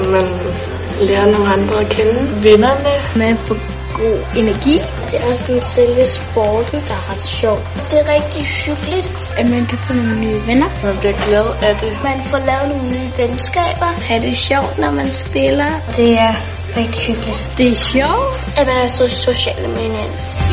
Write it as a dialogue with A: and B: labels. A: Øh,
B: lære nogle andre at kende.
C: Vennerne. Man får god energi.
D: Det er sådan selve sporten, der er ret sjov. Det er rigtig hyggeligt.
A: At man kan få nogle nye venner.
C: Man bliver glad af det.
D: Man får lavet nogle nye venskaber.
A: Har det sjovt, når man stiller.
D: Det er rigtig hyggeligt.
A: Det er sjovt.
D: At man er så social med hinanden.